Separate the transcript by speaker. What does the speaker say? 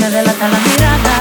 Speaker 1: me delata la mirada.